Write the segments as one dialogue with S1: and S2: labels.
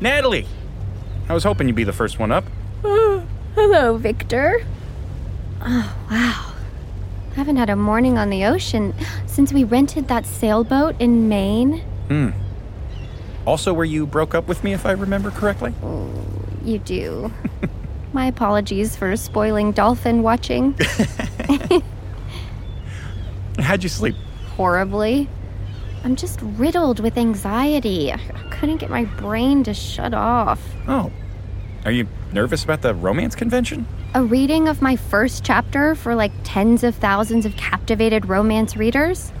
S1: Natalie! I was hoping you'd be the first one up.
S2: Hello, Victor. Oh, wow. I haven't had a morning on the ocean since we rented that sailboat in Maine.
S1: Hmm. Also, where you broke up with me, if I remember correctly?
S2: You do. My apologies for spoiling dolphin watching
S1: How'd you sleep?
S2: horribly. I'm just riddled with anxiety. I couldn't get my brain to shut off.
S1: Oh. Are you nervous about the romance convention?
S2: A reading of my first chapter for like tens of thousands of captivated romance readers?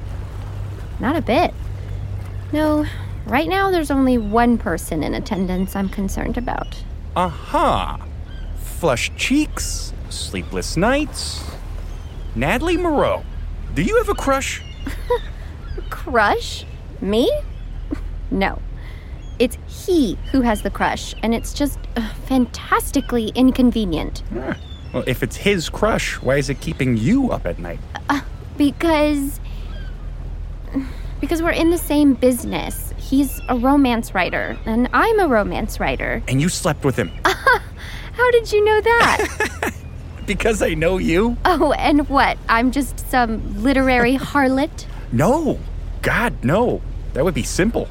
S2: Not a bit. No, right now there's only one person in attendance I'm concerned about.
S1: Aha! Flushed cheeks, sleepless nights. Natalie Moreau, do you have a crush?
S2: Crush? Me? No. It's he who has the crush, and it's just uh, fantastically inconvenient
S1: Huh. Well, if it's his crush, why is it keeping you up at night?
S2: because. Because we're in the same business. He's a romance writer, and I'm a romance writer.
S1: And you slept with him.
S2: How did you know that?
S1: Because I know you?
S2: oh, and what? I'm just some literary harlot?
S1: No. God, no. That would be simple.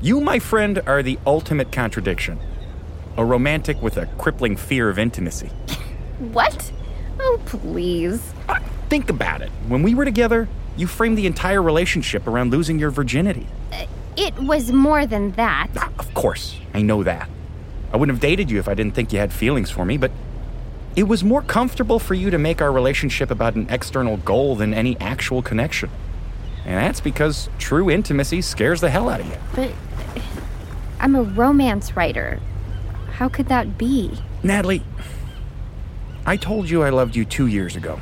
S1: You, my friend, are the ultimate contradiction. A romantic with a crippling fear of intimacy.
S2: What? Oh, please.
S1: Uh, Think about it. When we were together, you framed the entire relationship around losing your virginity.
S2: It was more than that.
S1: Ah, Of course, I know that. I wouldn't have dated you if I didn't think you had feelings for me, but it was more comfortable for you to make our relationship about an external goal than any actual connection. And that's because true intimacy scares the hell out of you.
S2: But I'm a romance writer. How could that be?
S1: Natalie, I told you I loved you two years ago,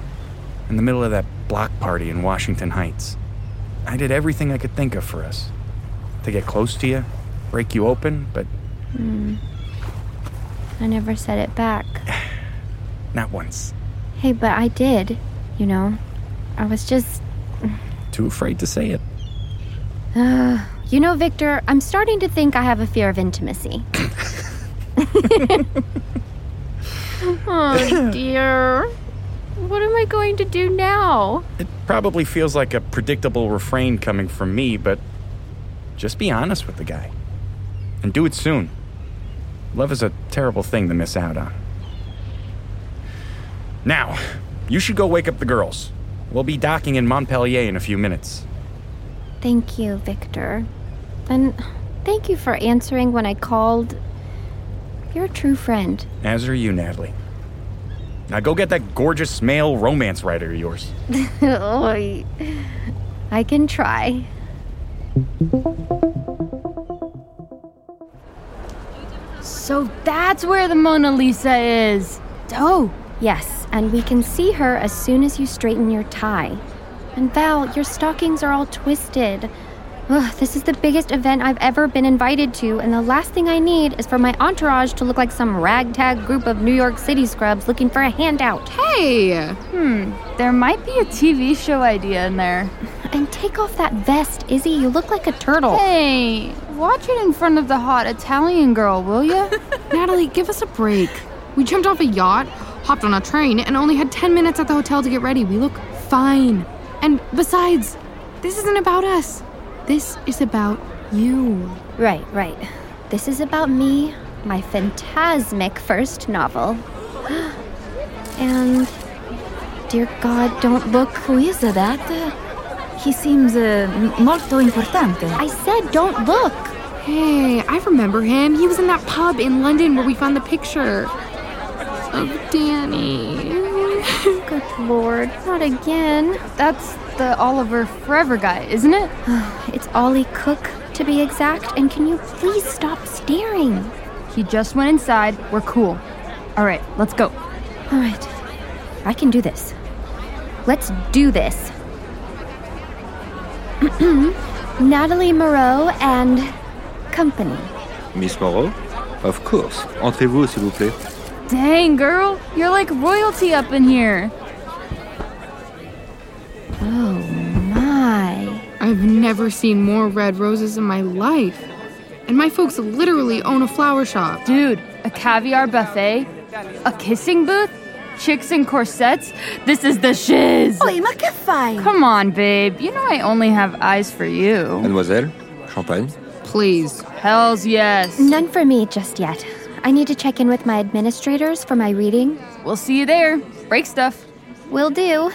S1: in the middle of that block party in Washington Heights. I did everything I could think of for us to get close to you, break you open, but
S2: I never said it back.
S1: not once.
S2: Hey, but I did, you know. I was just.
S1: Too afraid to say it.
S2: Uh, You know, Victor, I'm starting to think I have a fear of intimacy. oh, dear. What am I going to do now?
S1: It probably feels like a predictable refrain coming from me, but just be honest with the guy. And do it soon. Love is a terrible thing to miss out on. Now, you should go wake up the girls. We'll be docking in Montpellier in a few minutes.
S2: Thank you, Victor. And thank you for answering when I called. You're a true friend.
S1: As are you, Natalie. Now go get that gorgeous male romance writer of yours.
S2: Oy. I can try.
S3: So that's where the Mona Lisa is. Oh,
S2: Yes, and we can see her as soon as you straighten your tie. And Val, your stockings are all twisted. Ugh, this is the biggest event I've ever been invited to, and the last thing I need is for my entourage to look like some ragtag group of New York City scrubs looking for a handout.
S3: hey. Hmm. There might be a TV show idea in there.
S2: And take off that vest, Izzy. You look like a turtle.
S3: Hey, watch it in front of the hot Italian girl, will ya? Natalie, give us a break. We jumped off a yacht, hopped on a train, and only had 10 minutes at the hotel to get ready. We look fine. And besides, this isn't about us. This is about you.
S2: Right, right. This is about me, my phantasmic first novel. And dear God, don't look. Who is that?
S4: He seems eh, m- molto importante.
S2: I said don't look.
S3: Hey, I remember him. He was in that pub in London where we found the picture of Danny.
S2: Good Lord, not again.
S3: That's the Oliver Forever guy, isn't it?
S2: It's Ollie Cook, to be exact. And can you please stop staring?
S3: He just went inside. We're cool. All right, let's go.
S2: All right, I can do this. Let's do this. Natalie Moreau and company.
S5: Miss Moreau? Of course. Entrez-vous, s'il vous plaît.
S3: Dang, girl, you're like royalty up in here. Oh,
S2: My.
S3: I've never seen more red roses in my life. And my folks literally own a flower shop.
S6: Dude, a caviar buffet, a kissing booth, chicks in corsets. This is the shiz.
S2: Oh,
S4: Oi, ma che fai?
S6: Come on, babe. You know I only have eyes for you.
S5: Mademoiselle, champagne
S3: Please.
S6: Hell's yes.
S2: None for me just yet. I need to check in with my administrators for my reading.
S6: We'll see you there. Break stuff.
S2: Will do.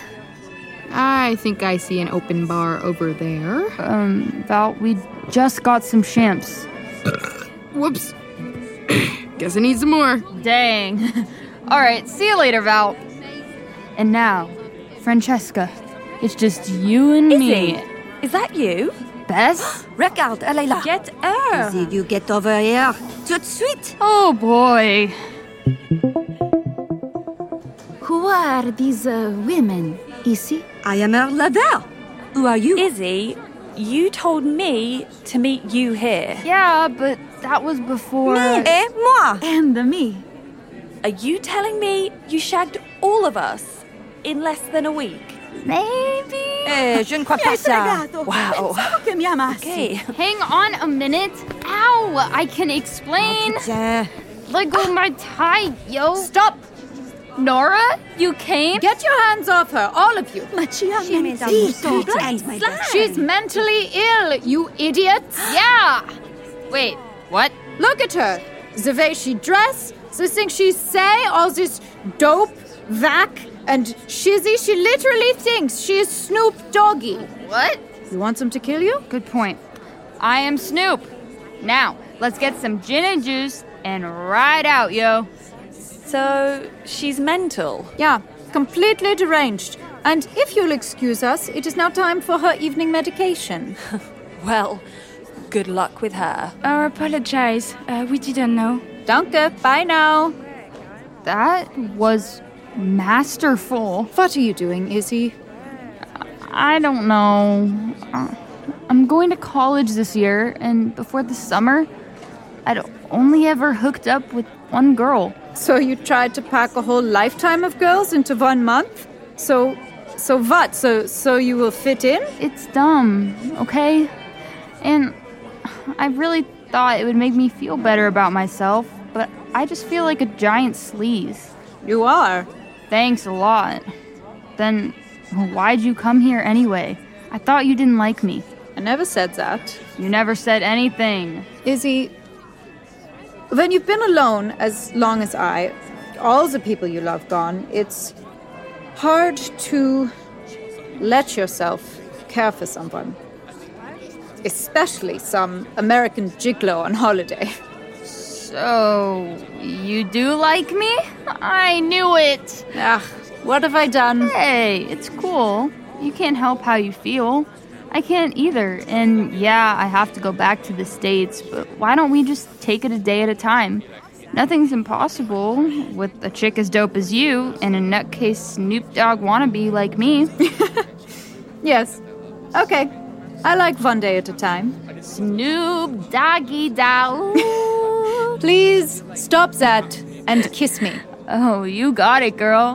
S3: I think I see an open bar over there.
S6: Val, we just got some champs.
S3: Whoops. Guess I need some more.
S6: Dang. All right, see you later, Val. And now, Francesca. It's just you and me.
S7: Izzy, is that you?
S6: Bess?
S7: Look out, Alayla. Get her. Did you get over here? Tout de suite.
S6: Oh boy.
S4: Who are these uh, women? Issy?
S7: I am her lover. Who are you?
S8: Izzy, you told me to meet you here.
S6: Yeah, but that was before.
S7: Eh, moi.
S4: And me.
S8: Are you telling me you shagged all of us in less than a week?
S6: Maybe.
S7: Eh, je ne crois pas ça. Wow.
S4: che mi amassi.
S8: Okay.
S6: Hang on a minute. Ow! I can explain.
S7: Tiens.
S6: Let go of my tie, yo. Stop. Nora, you came?
S9: Get your hands off her, all of you.
S4: Ma ci ha
S6: She's mentally ill, you idiots. yeah. Wait, what?
S9: Look at her. The way she dress, the things she say, all this dope, vac, and shizzy. She literally thinks she is Snoop Doggy.
S6: What?
S9: You want them to kill you?
S6: Good point. I am Snoop. Now, let's get some gin and juice and ride out, yo.
S8: So she's mental.
S9: Yeah, completely deranged. And if you'll excuse us, it is now time for her evening medication.
S8: Well, good luck with her.
S10: I apologize. Uh, we didn't know.
S9: Danke, bye now.
S6: That was masterful.
S9: What are you doing, Izzy?
S6: I don't know. Uh, I'm going to college this year, and before the summer, I'd only ever hooked up with one girl.
S9: So you tried to pack a whole lifetime of girls into one month? So, so what? So, so you will fit in?
S6: It's dumb, okay? And I really thought it would make me feel better about myself, but I just feel like a giant sleaze.
S9: You are.
S6: Thanks a lot. Then why'd you come here anyway? I thought you didn't like me.
S9: I never said that.
S6: You never said anything.
S9: Izzy, when you've been alone as long as I, all the people you love gone, it's hard to let yourself care for someone. Especially some American gigolo on holiday.
S6: So, you do like me? I knew it.
S9: Ah, what have I done?
S6: Hey, it's cool. You can't help how you feel. I can't either. And yeah, I have to go back to the States, but why don't we just take it a day at a time? Nothing's impossible with a chick as dope as you and a nutcase Snoop Dogg wannabe like me.
S9: Yes. Okay. I like one day at a time.
S6: Snoop Doggy Dog.
S9: Please stop that and kiss me.
S6: oh, you got it, girl.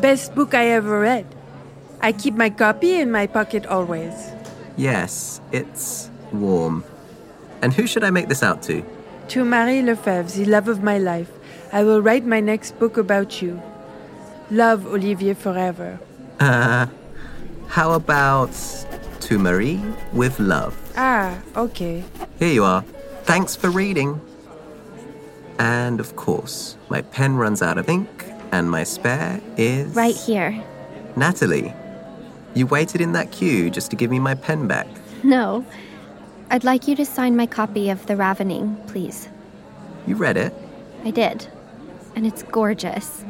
S11: Best book I ever read. I keep my copy in my pocket always.
S12: Yes, it's warm. And who should I make this out to?
S11: To Marie Lefebvre, the love of my life, I will write my next book about you. Love Olivier forever.
S12: How about to Marie with love?
S11: Ah, okay.
S12: Here you are. Thanks for reading. And of course, my pen runs out of ink, and my spare is.
S2: Right here.
S12: Natalie, you waited in that queue just to give me my pen back.
S2: No. I'd like you to sign my copy of The Ravening, please.
S12: You read it.
S2: I did. And it's gorgeous.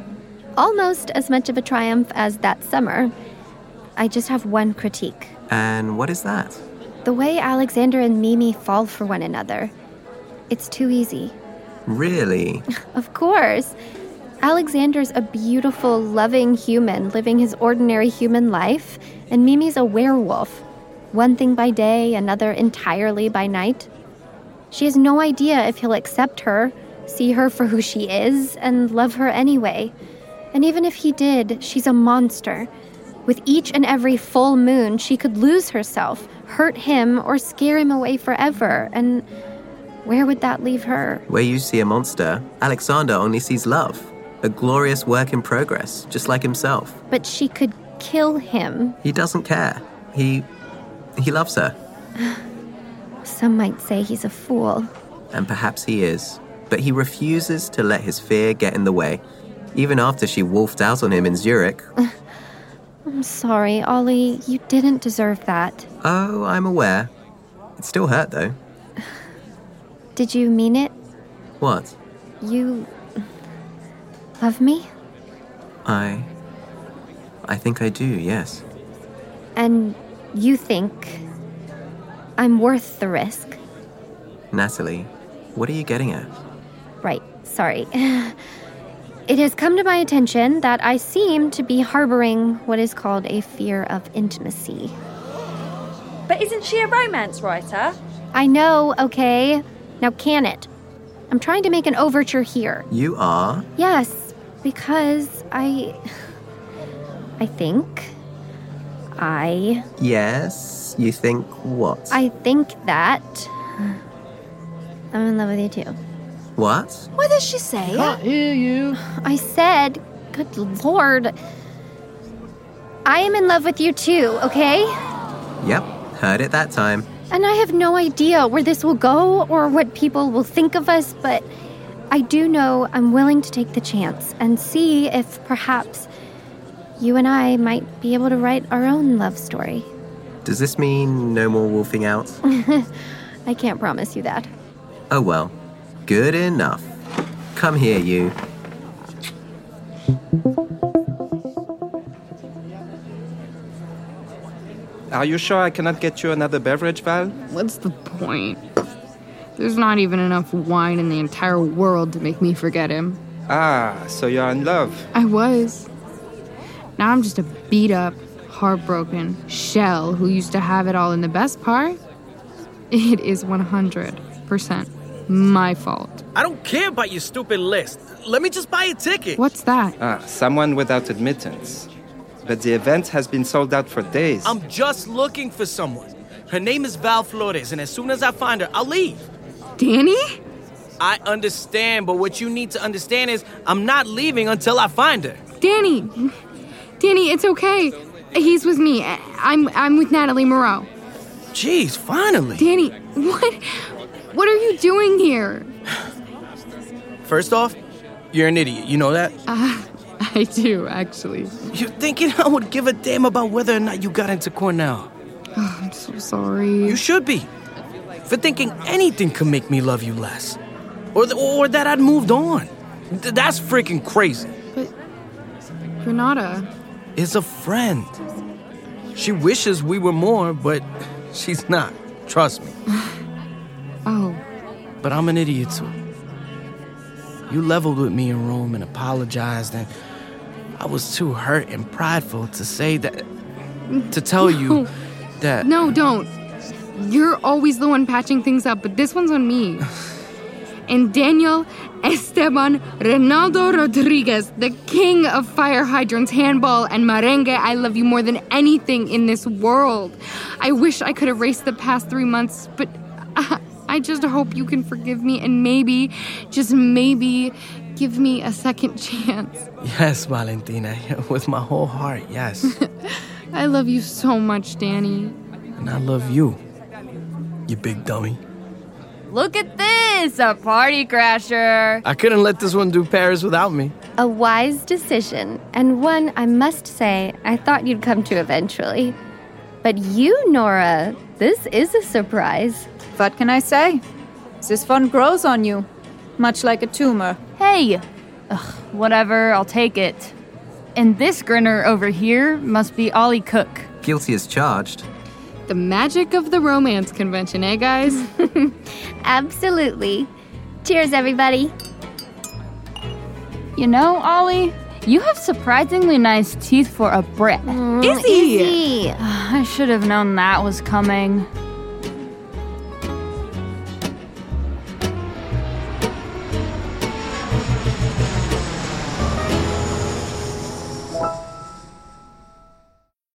S2: Almost as much of a triumph as that summer. I just have one critique
S12: And what is that?
S2: the way Alexander and Mimi fall for one another. It's too easy.
S12: Really?
S2: Of course. Alexander's a beautiful, loving human living his ordinary human life, and Mimi's a werewolf. One thing by day, another entirely by night. She has no idea if he'll accept her, see her for who she is, and love her anyway. And even if he did, she's a monster. With each and every full moon, she could lose herself, hurt him, or scare him away forever. And where would that leave her?
S12: Where you see a monster, Alexander only sees love, a glorious work in progress, just like himself.
S2: But she could kill him,
S12: He doesn't care. He he loves her,
S2: Some might say he's a fool.
S12: and perhaps he is, but he refuses to let his fear get in the way. Even after she wolfed out on him in Zurich.
S2: I'm sorry, Ollie. You didn't deserve that.
S12: Oh, I'm aware. It still hurt though.
S2: Did you mean it?
S12: What?
S2: You love me?
S12: I I think I do, yes.
S2: And you think I'm worth the risk?
S12: Natalie, what are you getting at?
S2: Right, sorry. It has come to my attention that I seem to be harboring what is called a fear of intimacy.
S8: But isn't she a romance writer?
S2: I know, okay? Now can it? I'm trying to make an overture here.
S12: You are
S2: Yes, because I. I think. I.
S12: Yes, you think what?
S2: I think that. I'm in love with you too.
S12: What?
S2: What does she say?
S12: Can't
S2: hear you. I said, good lord. I am in love with you too, okay?
S12: Yep, heard it that time.
S2: And I have no idea where this will go or what people will think of us, but I do know I'm willing to take the chance and see if perhaps you and I might be able to write our own love story.
S12: Does this mean no more wolfing out?
S2: I can't promise you that.
S12: Oh well. Good enough. Come here, you.
S13: Are you sure I cannot get you another beverage, Val?
S3: What's the point? There's not e- even enough wine in the entire world to make me forget him.
S13: Ah, so you're in love.
S3: I was. Now I'm just a beat up, heartbroken shell who used to have it all in the best part. It is 100% my fault.
S14: I don't care about your stupid list. Let me just buy a ticket.
S3: What's that?
S13: Ah, someone without admittance. But the event has been sold out for days.
S14: I'm just looking for someone. Her name is Val Flores, and as soon as I find her, I'll leave.
S3: Danny?
S14: I understand, but what you need to understand is I'm not leaving until I find her.
S3: Danny! Danny, it's okay. He's with me. I- I'm I'm with Natalie Moreau.
S14: Jeez, finally.
S3: Danny, what what are you doing here?
S14: First off, you're an idiot. You know that?
S3: Uh, I do actually.
S14: You're thinking I would give a damn about whether or not you got into Cornell.
S3: I'm so sorry.
S14: You should be. For thinking anything could make me love you less. Or, th- or that I'd moved on. Th- that's freaking crazy.
S3: Renata.
S14: is a friend. She wishes we were more, but she's not. Trust me.
S3: Oh,
S14: But I'm an idiot too. You leveled with me in Rome and apologized, and I was too hurt and prideful to say that, to tell you that.
S3: No, don't. You're always the one patching things up, but this one's on me. and Daniel Esteban Ronaldo Rodriguez, the king of fire hydrants, handball, and merengue, I love you more than anything in this world. I wish I could erase the past three months, but I, I just hope you can forgive me and maybe, just maybe, give me a second chance.
S14: Yes, Valentina, with my whole heart, yes.
S3: I love you so much, Danny.
S14: and I love you, you big dummy.
S6: Look at this, a party crasher.
S14: I couldn't let this one do Paris without me.
S2: A wise decision, and one I must say I thought you'd come to eventually. But you, Nora, this is a surprise.
S9: What can I say? This one grows on you, much like a tumor.
S6: Hey! Ugh, whatever, I'll take it. And this grinner over here must be Ollie Cook.
S12: Guilty as charged.
S3: The magic of the romance convention, eh, guys?
S2: Absolutely. Cheers, everybody.
S6: You know, Ollie, you have surprisingly nice teeth for a Brit.
S2: Izzy! Izzy!
S6: Ugh, I should have known that was coming.